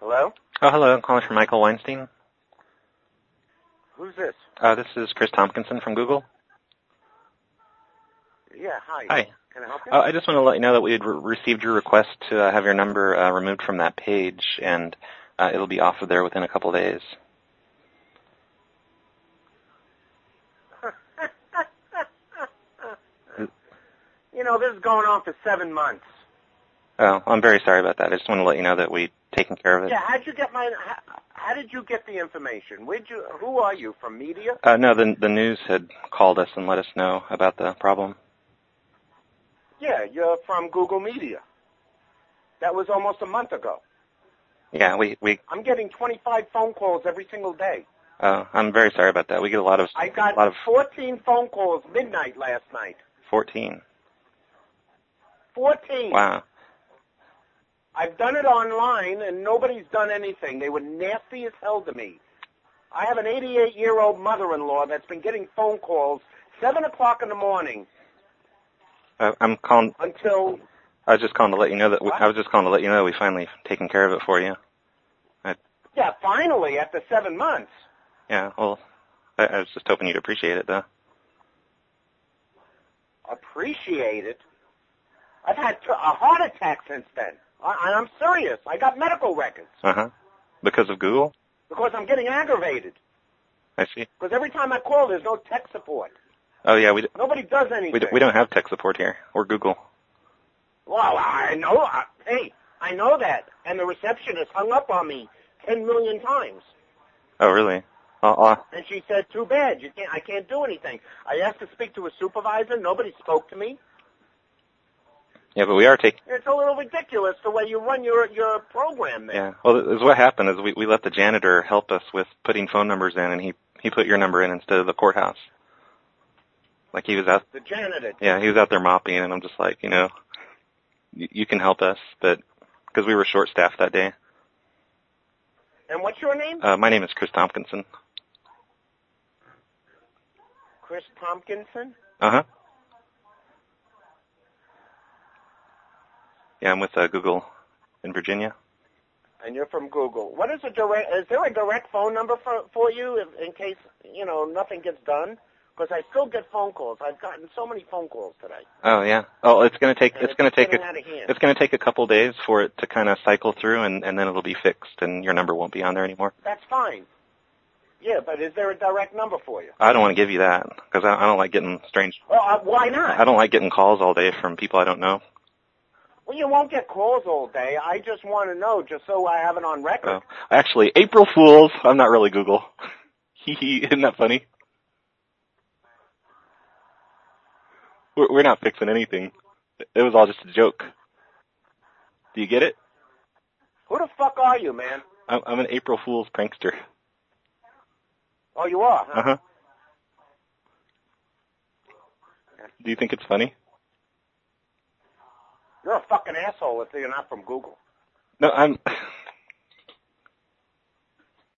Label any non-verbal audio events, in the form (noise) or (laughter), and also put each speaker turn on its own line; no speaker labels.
Hello?
Oh, hello. I'm calling from Michael Weinstein.
Who's this?
Uh, this is Chris Tompkinson from Google.
Yeah, hi.
Hi.
Can I help you?
Uh, I just want to let you know that we had re- received your request to uh, have your number uh, removed from that page, and uh, it'll be off of there within a couple days.
(laughs) you know, this is going on for seven months.
Oh, I'm very sorry about that. I just want to let you know that we've taken care of it.
Yeah, how'd you get my? How, how did you get the information? Where'd you? Who are you from media?
Uh, no, the, the news had called us and let us know about the problem.
Yeah, you're from Google Media. That was almost a month ago.
Yeah, we, we
I'm getting 25 phone calls every single day.
uh, I'm very sorry about that. We get a lot of
I got
a lot of
14 phone calls midnight last night.
14.
14.
Wow.
I've done it online and nobody's done anything. They were nasty as hell to me. I have an 88 year old mother in law that's been getting phone calls 7 o'clock in the morning
Uh, I'm calling.
until,
I was just calling to let you know that we,
What?
I was just calling to let you know we finally taken care of it for you.
yeah, finally, after seven months.
Yeah, well, I, I was just hoping you'd appreciate it, though.
Appreciate it. I've had t- a heart attack since then. I- I'm serious. I got medical records
Uh huh. Because of Google?
because I'm getting aggravated.
I see.
Because every time I call, there's no tech support.
Oh yeah, we d-
Nobody does anything.
we d- we don't have tech support here or Google.
Well, I know. I, hey, I know that. And the receptionist hung up on me ten million times.
Oh really? Uh, uh,
And she said, "Too bad. You can't. I can't do anything." I asked to speak to a supervisor. Nobody spoke to me.
yeah, but we are taking.
It's a little ridiculous the way you run your your program there.
Yeah. Well, this is what happened is we we let the janitor help us with putting phone numbers in, and he he put your number in instead of the courthouse. Like he was out.
The janitor.
Yeah, he was out there mopping, and I'm just like, you know, you, you can help us, but because we were short staffed that day.
And what's your name?
Uh, my name is Chris Tompkinson.
Chris Tompkinson.
Uh huh. Yeah, I'm with uh, Google in Virginia.
And you're from Google. What is a direct? Is there a direct phone number for for you if, in case you know nothing gets done? Because I still get phone calls. I've gotten so many phone calls today.
Oh yeah. Oh, it's gonna take
And
it's gonna take a
getting out of hand.
it's gonna take a couple days for it to kind of cycle through, and and then it'll be fixed, and your number won't be on there anymore.
That's fine. Yeah, but is there a direct number for you?
I don't want to give you that because I, I don't like getting strange.
Well, uh, why not?
I don't like getting calls all day from people I don't know.
Well, you won't get calls all day. I just want to know, just so I have it on record.
So actually, April Fools. I'm not really Google. (laughs) Hee hee. Isn't that funny? We're, we're not fixing anything. It was all just a joke. Do you get it?
Who the fuck are you, man?
I'm, I'm an April Fool's prankster.
Oh, you are. Huh?
Uh huh. Do you think it's funny?
You're a fucking asshole if you're not from Google.
No, I'm. (laughs)